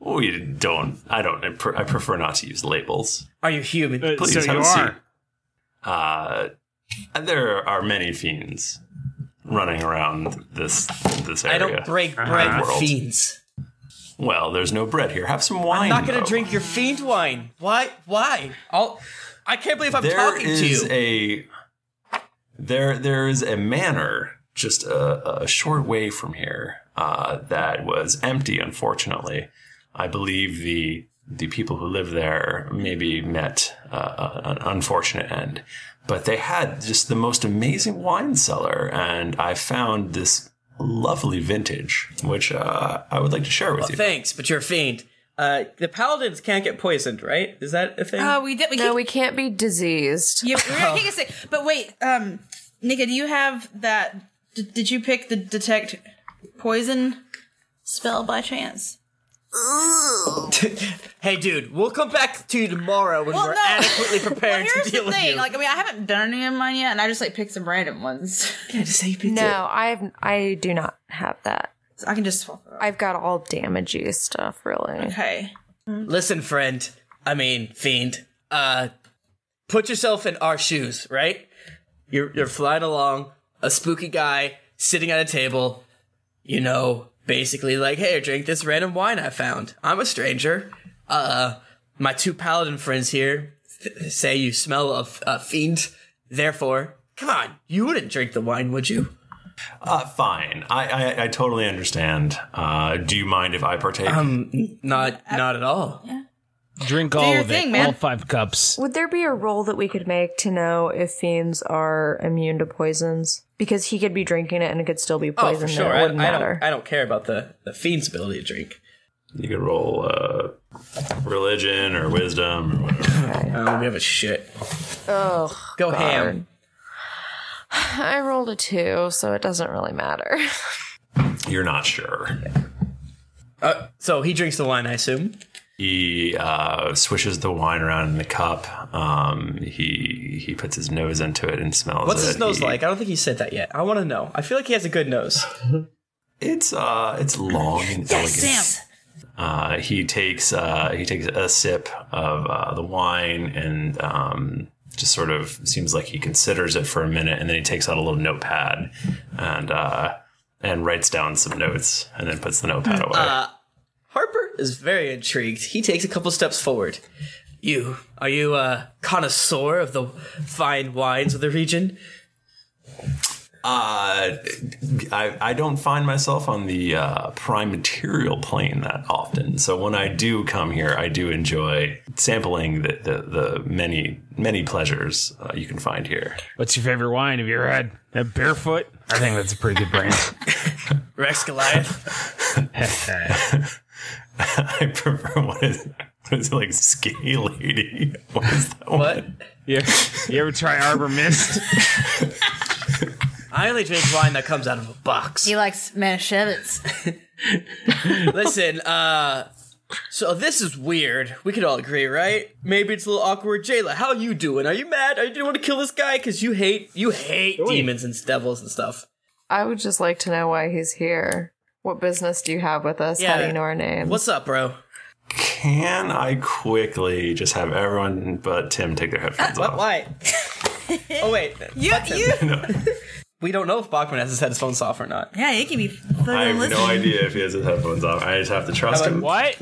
We Oh, don't. I don't. I pre- I prefer not to use labels. Are you human? Uh, Please so have you a are. seat. Uh, there are many fiends running around this this area. I don't break Uh-huh. bread with World. fiends. Well, there's no bread here. Have some wine. I'm not gonna though. drink your fiend wine. Why? Why? I'll, I can't believe I'm There talking to is you. a there there is a manor just a, a short way from here uh, that was empty. Unfortunately, I believe the the people who lived there maybe met uh, an unfortunate end, but they had just the most amazing wine cellar, and I found this lovely vintage, which uh, I would like to share with you. Thanks, but you're a fiend. Uh, the paladins can't get poisoned, right? Is that a thing? Uh, we did. We No, keep, we can't be diseased. yeah, we're gonna kick it. But wait, um, Nika, do you have that? D- did you pick the detect poison spell by chance? hey, dude, we'll come back to you tomorrow when Well, we're no. adequately Well, prepared here's to deal the with thing. you. Like, I mean, I haven't done any of mine yet, and I just like picked some random ones. No, I have. I do not have that. So I can just swap it. I've got all damagey stuff, really. Okay. Mm-hmm. Listen, friend. I mean, fiend. Uh, put yourself in our shoes, right? You're you're flying along, a spooky guy sitting at a table. You know, basically like, hey, drink this random wine I found. I'm a stranger. Uh, my two paladin friends here th- say you smell of uh, fiend. Therefore, come on, you wouldn't drink the wine, would you? Uh, fine. I, I, I totally understand. Uh, do you mind if I partake? Um, not not at all. Drink Do all your of thing, it, man. all five cups. Would there be a roll that we could make to know if fiends are immune to poisons? Because he could be drinking it and it could still be Oh, poisoned. for and sure. It I, wouldn't I matter. don't. I don't care about the the fiend's ability to drink. You could roll uh, religion or wisdom or whatever. Oh, we have a shit. Oh, Go God. ham. I rolled a two, so it doesn't really matter. You're not sure. Uh, so he drinks the wine, I assume. He uh, swishes the wine around in the cup. Um, he he puts his nose into it and smells What's it. his nose He- like? I don't think he said that yet. I want to know. I feel like he has a good nose. It's uh, it's long and elegant. Uh, he takes uh, he takes a sip of uh, the wine and um, just sort of seems like he considers it for a minute, and then he takes out a little notepad and uh, and writes down some notes, and then puts the notepad away. Uh, Harper is very intrigued. He takes a couple steps forward. You are you a connoisseur of the fine wines of the region? Uh, I, I don't find myself on the uh, prime material plane that often. So when I do come here, I do enjoy sampling the, the, the many, many pleasures uh, you can find here. What's your favorite wine? Have you ever had a barefoot? I think that's a pretty good brand. Rex Goliath. I prefer what is, what is it, like skinny lady? What is that What? You, you ever try Arbor Mist? I only drink wine that comes out of a box. He likes Manischewitz. Listen, uh, so this is weird. We could all agree, right? Maybe it's a little awkward. Jayla, how you doing? Are you mad? Are you, do you want to kill this guy? Because you hate you hate demons and devils and stuff. I would just like to know why he's here. What business do you have with us? How do you know our name? What's up, bro? Can I quickly just have everyone but Tim take their headphones off? Why? oh wait, you you. We don't know if Bachman has his headphones off or not. Yeah, it can be. I have no idea if he has his headphones off. I just have to trust him. What?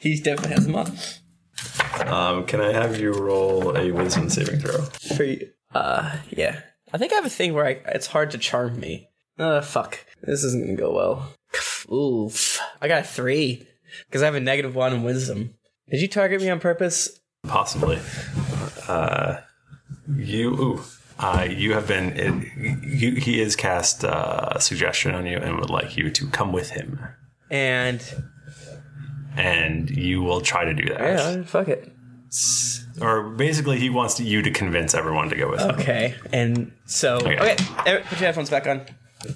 he definitely has them on. Um, can I have you roll a wisdom saving throw? For you. Uh, yeah. I think I have a thing where I, it's hard to charm me. Uh, fuck. This isn't gonna go well. Oof. I got a three because I have a negative one in wisdom. Did you target me on purpose? Possibly. Uh, you, ooh, uh, you have been. It, you, he has cast uh, a suggestion on you and would like you to come with him, And and you will try to do that. yeah, fuck it. Or basically, he wants you to convince everyone to go with him. Okay, and so okay. Eric, put your headphones back on.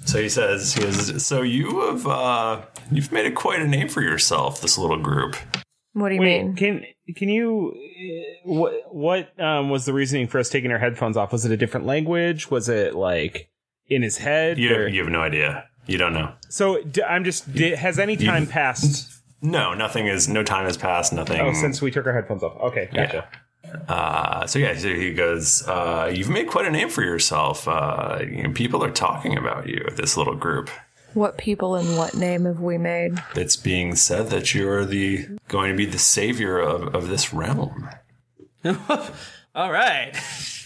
So he says, he goes, "So you have uh, you've made a, quite a name for yourself, this little group." What do you mean? Can can you uh, what what um, was the reasoning for us taking our headphones off? Was it a different language? Was it like in his head? You, or- you have no idea. You don't know. so d- I'm just d has any time passed? No, nothing is. No time has passed. Nothing. Oh, since we took our headphones off. Okay, gotcha. Uh, so yeah, so he goes, uh, "You've made quite a name for yourself. Uh, you know, people are talking about you. This little group. What people and what name have we made? It's being said that you are the going to be the savior of, of this realm." All right,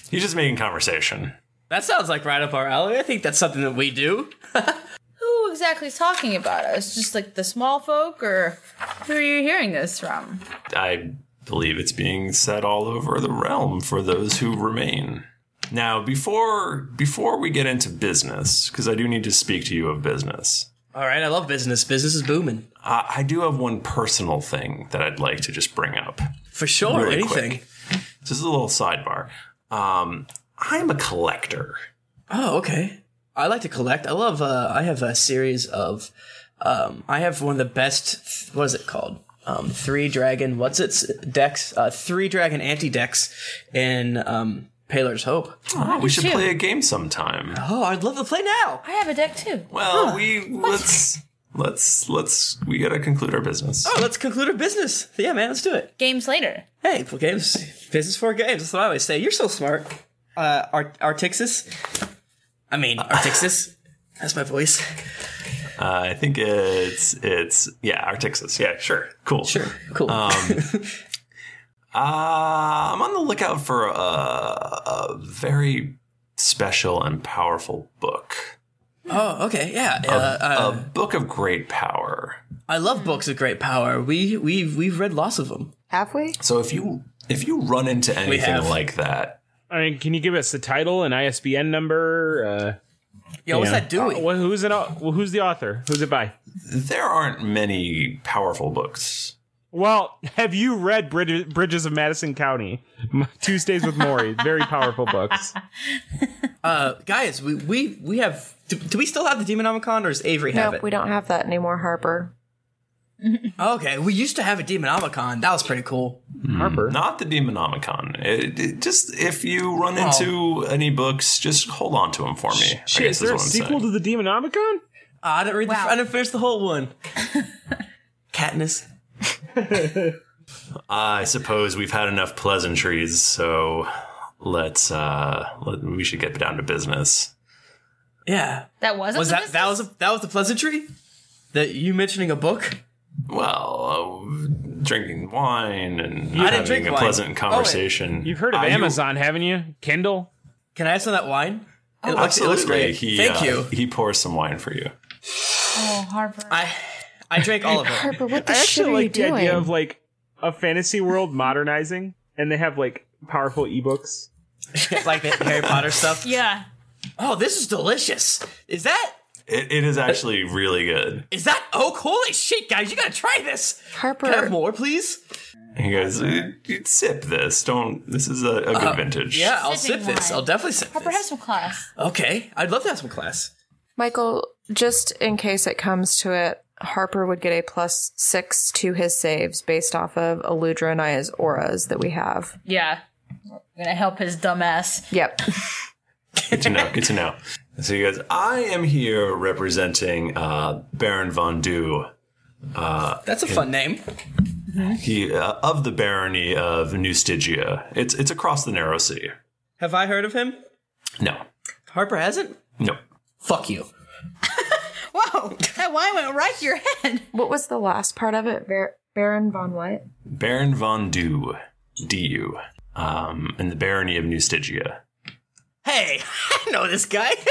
He's just making conversation. that sounds like right up our alley. I think that's something that we do. Who exactly is talking about us? Just like the small folk, or who are you hearing this from? I believe it's being said all over the realm for those who remain. Now, before before we get into business, because I do need to speak to you of business. All right, I love business. Business is booming. I, I do have one personal thing that I'd like to just bring up. For sure, anything. So this is a little sidebar. Um, I'm a collector. Oh, okay. I like to collect. I love. Uh, I have a series of. Um, I have one of the best. What is it called? Um, three dragon. What's its decks? Uh, three dragon anti decks in um, Paler's Hope. Oh, we should play a game sometime. Oh, I'd love to play now. I have a deck too. Well, we let's Let's let's we gotta conclude our business. Oh, let's conclude our business. Yeah, man, let's do it. Games later. Hey, well, games, business for games. That's what I always say. You're so smart, uh, Art- Artixis. I mean, Artixis. That's my voice. Uh, I think it's it's yeah, Artixis. Yeah, sure, cool, sure, cool. Um, uh, I'm on the lookout for a, a very special and powerful book. Oh, okay, yeah. A, a book of great power. I love books of great power. We we've we've read lots of them. Have we? So if you if you run into anything have. like that, I mean, can you give us the title and ISBN number? Uh, Yeah, what's that doing? who's it? au- Who's the author? Who's it by? there aren't many powerful books. Well, have you read Brid- Bridges of Madison County? Tuesdays with Maury, very powerful books. Uh, guys, we we we have. Do, do we still have the Demonomicon, or does Avery have nope, it? we don't have that anymore, Harper. Okay, we used to have a Demonomicon. That was pretty cool. Harper, not the Demonomicon. It, it- just if you run Oh. into any books, just hold on to them for me. I Shit, guess is there a what I'm saying. sequel to the Demonomicon? Uh, I didn't read. The, I didn't finish the whole one. Katniss. I suppose we've had enough pleasantries, so let's uh let, we should get down to business. Yeah. That wasn't was the that that was a, that was the pleasantry? That you mentioning a book? Well, uh, drinking wine and You- I having didn't drink a wine. Oh, pleasant wait. conversation. You've heard of Are you- Amazon, haven't you? Kindle. Can I have some of that wine? Oh, It looks- it looks absolutely. great. He, Thank uh, you. He pours some wine for you. Oh, Harper. I I drank all of it. Harper, what the I actually shit are you like the doing? idea of like a fantasy world modernizing, and they have like powerful ebooks. like the Harry Potter stuff. Yeah. Oh, this is delicious. Is that It, it is actually really good. is that oak? Holy shit, guys! You gotta try this. Harper, Can I have more, please? He goes, "Eh, you sip this. Don't. This is a, a good vintage. Uh, Um, Yeah, I'll sip this. I'll definitely sip. Harper has some class. Okay, I'd love to have some class. Michael, just in case it comes to it, Harper would get a plus six to his saves based off of Eludra and Aya's auras that we have. Yeah. We're gonna help his dumbass. Yep. Good to know. Good to know. So he goes, I am here representing uh, Baron Von Du. Uh, That's a in- fun name. He uh, of the barony of New Stygia. It's it's across the narrow sea. Have I heard of him? No, Harper hasn't. no. Fuck you. Whoa, that wine went right to your head. What was the last part of it? Bar- Baron von what? Baron Von Du, Du, um, in the barony of New Stygia. Hey, I know this guy.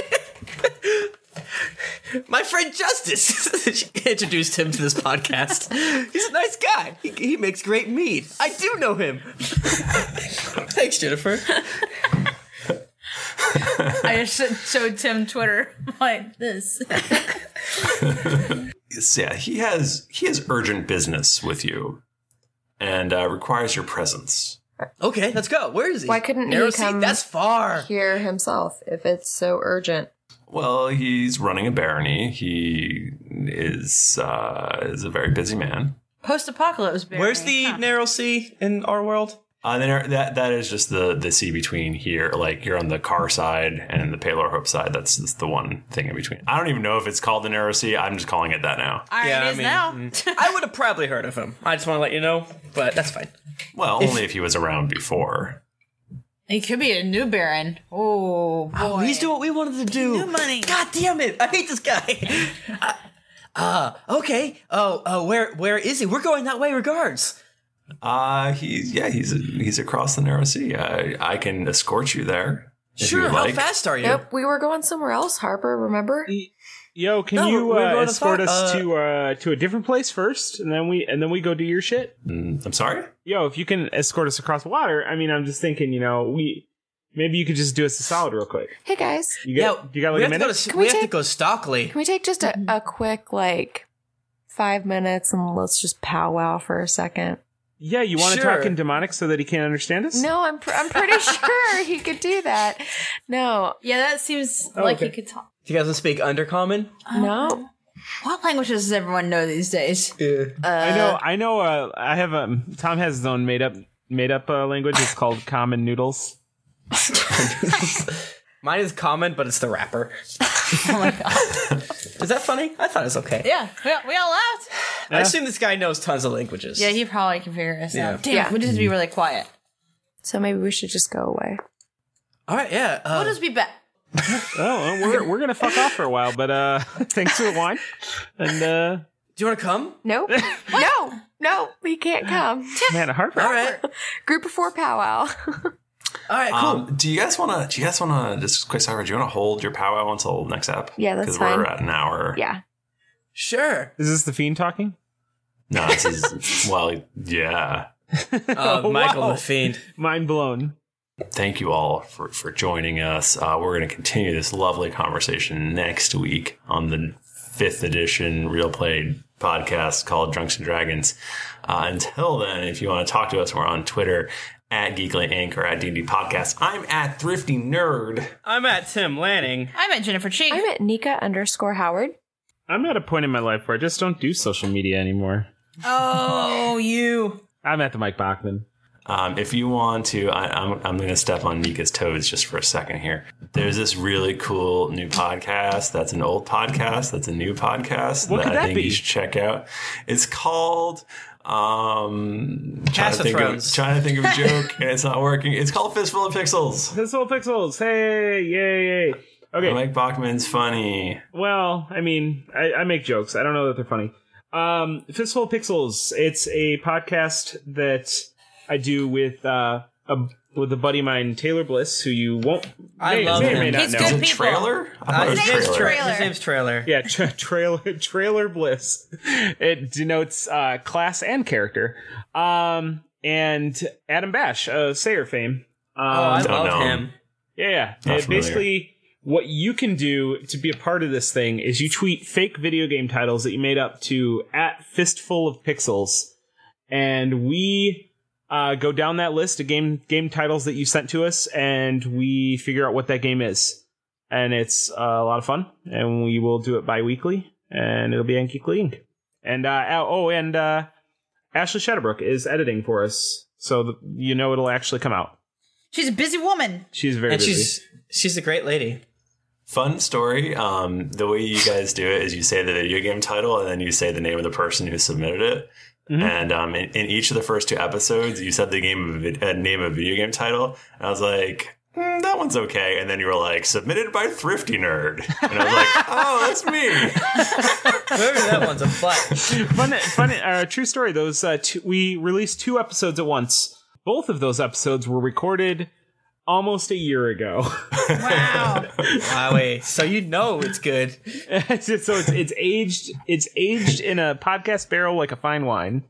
My friend Justice introduced him to this podcast. He's a nice guy. He, he makes great mead. I do know him. Thanks, Jennifer. I just sh- showed Tim Twitter like this. Yes, yeah, he has he has urgent business with you, and uh, requires your presence. Okay, let's go. Where is he? Why couldn't Narrow he sea? come That's far. here himself if it's so urgent? Well, he's running a barony. He is uh, is a very busy man. Post apocalypse. Where's the narrow sea in our world? Uh, then there- that that is just the the sea between here. Like you're on the car side and the Palor Hope side. That's just the one thing in between. I don't even know if it's called the narrow sea. I'm just calling it that now. All right, it is now. mm. I would have probably heard of him. I just want to let you know, but that's fine. Well, only if he was around before. He could be a new Baron. Oh boy. Oh, he's doing what we wanted to do. New money. God damn it! I hate this guy. Uh, okay. Oh, uh, where where is he? We're going that way. Regards. Uh he's yeah, he's he's across the narrow sea. I, I can escort you there. if Sure, you how like. fast are Nope, we were going somewhere else, Harper, remember? Yo, can No, you we're going uh, to escort thought- us uh, to uh, to a different place first, and then we and then we go do your shit? Mm, I'm sorry. Yo, if you can escort us across the water, I mean, I'm just thinking, you know, we maybe you could just do us a solid real quick. Hey guys. You got, you got like a minute. Can we, take, go Stockley. can we take just a, a quick, like, five minutes and let's just powwow for a second? Yeah, you want to Sure. talk in demonic so that he can't understand us? No, I'm, pr- I'm pretty sure he could do that. No. Yeah, that seems Oh, like okay. he could talk. Um, Do you guys want to speak undercommon? No. What languages does everyone know these days? I know. I know. Uh, I have a Tom has his own made up made up uh, language. It's called common noodles. Mine is common, but it's the rapper. Oh is that funny? I thought it was okay. Yeah, we all, we all laughed. I assume this guy knows tons of languages. Yeah, he probably can figure us Yeah. out. Damn, Yeah. we'll just be really quiet. So maybe we should just go away. All right, yeah. uh, we'll just be back. Oh, well, we're we're gonna fuck off for a while, but uh, thanks for the wine. And uh, do you want to come? Nope. no, no, we can't come. Man, Harper. All right. Group of four powwow. All right, cool. Um, do you guys want to? Do you guys want to just quick sidebar? Do you want to hold your powwow until next app? Yeah, that's because fine. we're at an hour. yeah. Sure. Is this the fiend talking? No, this is well, yeah. Uh, Michael the Fiend. Mind blown. Thank you all for, for joining us. Uh, we're going to continue this lovely conversation next week on the fifth edition Real Play podcast called Drunks and Dragons. Uh, until then, if you want to talk to us, we're on Twitter at Geekly Inc. or at D&D Podcast. I'm at Thrifty Nerd. I'm at Tim Lanning. I'm at Jennifer Cheek. I'm at Nika underscore Howard. I'm at a point in my life where I just don't do social media anymore. Oh, you. I'm at the Mike Bachman. Um, if you want to, I, I'm, I'm going to step on Nika's toes just for a second here. There's this really cool new podcast that's an old podcast, that's a new podcast What could I that think be? you should check out. It's called. Um, trying House to, of think of, Thrones. trying to think of a joke and it's not working. It's called Fistful of Pixels. Pistol Pixels. Hey, yay, yay. Okay. Mike Bachman's funny. Well, I mean, I, I make jokes. I don't know that they're funny. Um, Fistful of Pixels. It's a podcast that I do with uh, a with a buddy of mine, Taylor Bliss, who you won't. I may, love may or him. may not He's know. good Is it people. Trailer? I thought it Uh, was his name's Trailer. Trailer. His name's Trailer. Yeah, tra- trailer. Trailer Bliss. It denotes uh, class and character. Um, and Adam Bash of Sayer fame. Um, Oh, I Don't love know him. him. Yeah, yeah. Not It familiar. basically, what you can do to be a part of this thing is you tweet fake video game titles that you made up to at fistful of pixels, and we uh, go down that list of game game titles that you sent to us, and we figure out what that game is. And it's uh, a lot of fun, and we will do it bi-weekly, and it'll be on Geekly Inc. And uh, oh, oh, and uh, Ashley Shadowbrook is editing for us, so th- you know it'll actually come out. She's a busy woman. She's very and busy. she's she's a great lady. Fun story. Um, the way you guys do it is you say the video game title and then you say the name of the person who submitted it. Mm-hmm. And um, in, in each of the first two episodes, you said the game of a vid- uh, name of a video game title, and I was like, "Hmm, "That one's okay." And then you were like, "Submitted by Thrifty Nerd," and I was like, "Oh, that's me." Whoever that one's a butt. fun, fun. Uh, true story. Those uh, two, we released two episodes at once. Both of those episodes were recorded almost a year ago. Wow, wait. So you know it's good. It's just- so it's it's aged. It's aged in a podcast barrel like a fine wine.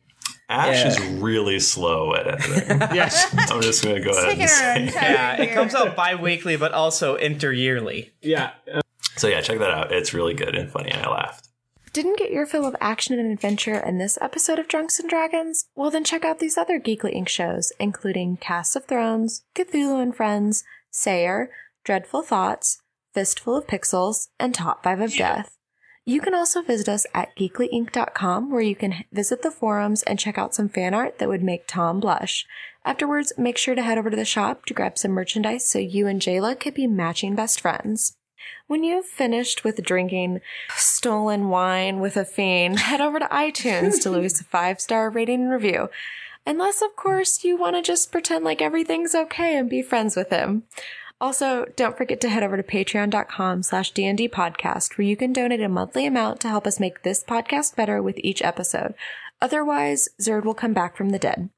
Ash is really slow at editing. yes, I'm just gonna go ahead and say. Yeah, it comes out bi-weekly, but also interyearly. Yeah. So yeah, check that out. It's really good and funny. I laughed. Didn't get your fill of action and adventure in this episode of Drunks and Dragons? Well, then check out these other Geekly Inc. shows, including Cast of Thrones, Cthulhu and Friends, Sayer, Dreadful Thoughts, Fistful of Pixels, and Top 5 of Death. You can also visit us at geeklyinc.com where you can h- visit the forums and check out some fan art that would make Tom blush. Afterwards, make sure to head over to the shop to grab some merchandise so you and Jayla could be matching best friends. When you've finished with drinking stolen wine with a fiend, head over to iTunes to leave us a five star rating and review. Unless, of course, you want to just pretend like everything's okay and be friends with him. Also, don't forget to head over to patreon.com slash DND podcast where you can donate a monthly amount to help us make this podcast better with each episode. Otherwise, Zerd will come back from the dead.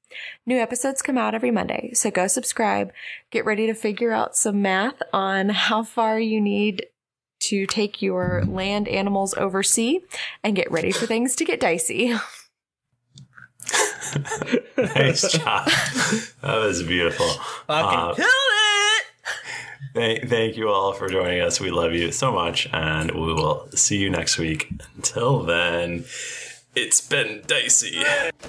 New episodes come out every Monday, so go subscribe. Get ready to figure out some math on how far you need to take your land animals over sea and get ready for things to get dicey. nice job. That was beautiful. Uh, Thank, thank you all for joining us. We love you so much, and we will see you next week. Until then, it's been dicey.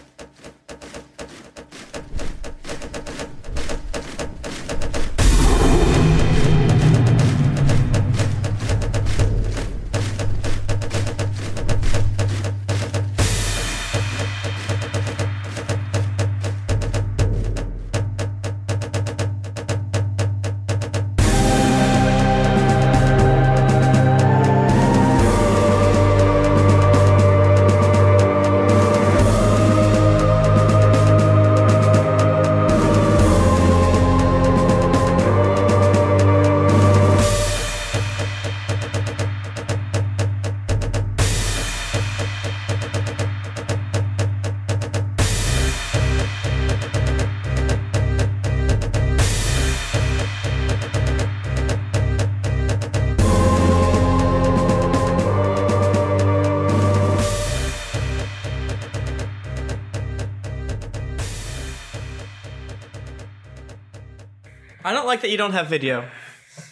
I don't like that you don't have video.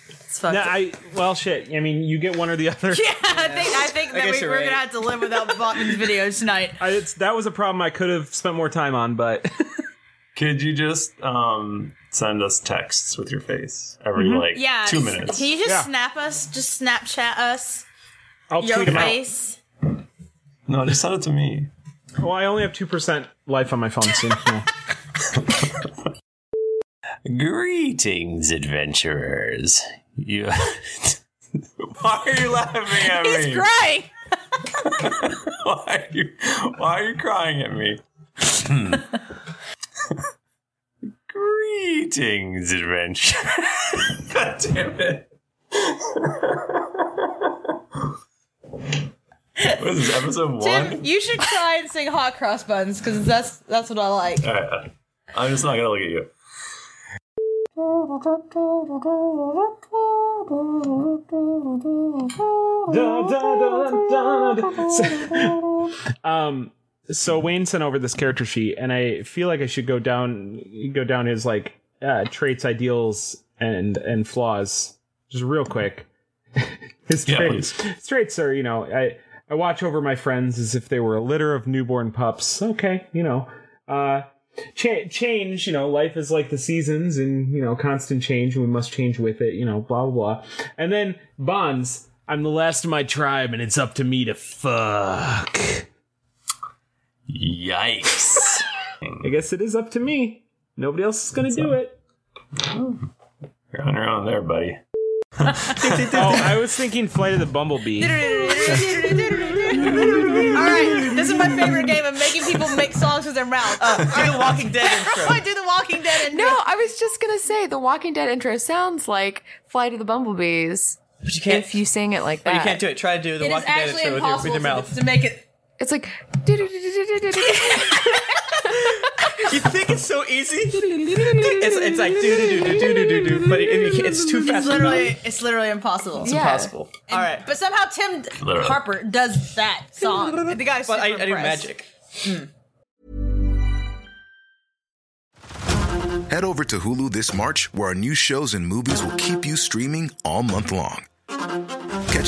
It's No, I well shit. I mean, you get one or the other. Yeah, I think I think I that guess we, you're we're right. gonna have to live without Botman's videos tonight. I, it's, that was a problem I could have spent more time on, but Could you just um send us texts with your face every Mhm. like Mm-hmm. yeah. two s- minutes? Can you just snap us? Just Snapchat us. I'll your tweet 'em out. face. no, just send it to me. Well, I only have two percent life on my phone, so no. Greetings, adventurers. You Why are you laughing at me? He's crying. why, are you, why are you crying at me? Greetings, adventure. God damn it. what is this, episode one? Tim, you should try and sing hot cross buns because that's that's what I like. All right. I'm just not going to look at you. um so Wayne sent over this character sheet and I feel like I should go down go down his like uh, traits, ideals and and flaws just real quick. his Yeah, traits his traits are, you know, I I watch over my friends as if they were a litter of newborn pups. Okay, you know. Uh cha- change, you know, life is like the seasons and, you know, constant change and we must change with it, you know, blah blah blah. And then bonds I'm the last of my tribe, and it's up to me to fuck. Yikes. I guess it is up to me. Nobody else is going to do it. You're on your own there, buddy. oh, I was thinking Flight of the Bumblebee. All right, this is my favorite game of making people make songs with their mouth. Uh, do the Walking Dead intro. do the Walking Dead intro. No, I was just gonna say the Walking Dead intro sounds like Flight of the Bumblebees. But you can't if you sing it like But that. you can't do it. Try to do the It is Walking Dead actually intro with your, with your impossible mouth. to- to make it. It's like you think it's so easy? it's, it's like do do do do do do do do, but it, it, it's too It's fast. for your literally, mouth. it's literally impossible. It's impossible. All right, But somehow Tim Literally. Harper does that song. The guy's but I, super I do impressed. magic. Hmm. Head over to Hulu this March, where our new shows and movies will keep you streaming all month long. Catch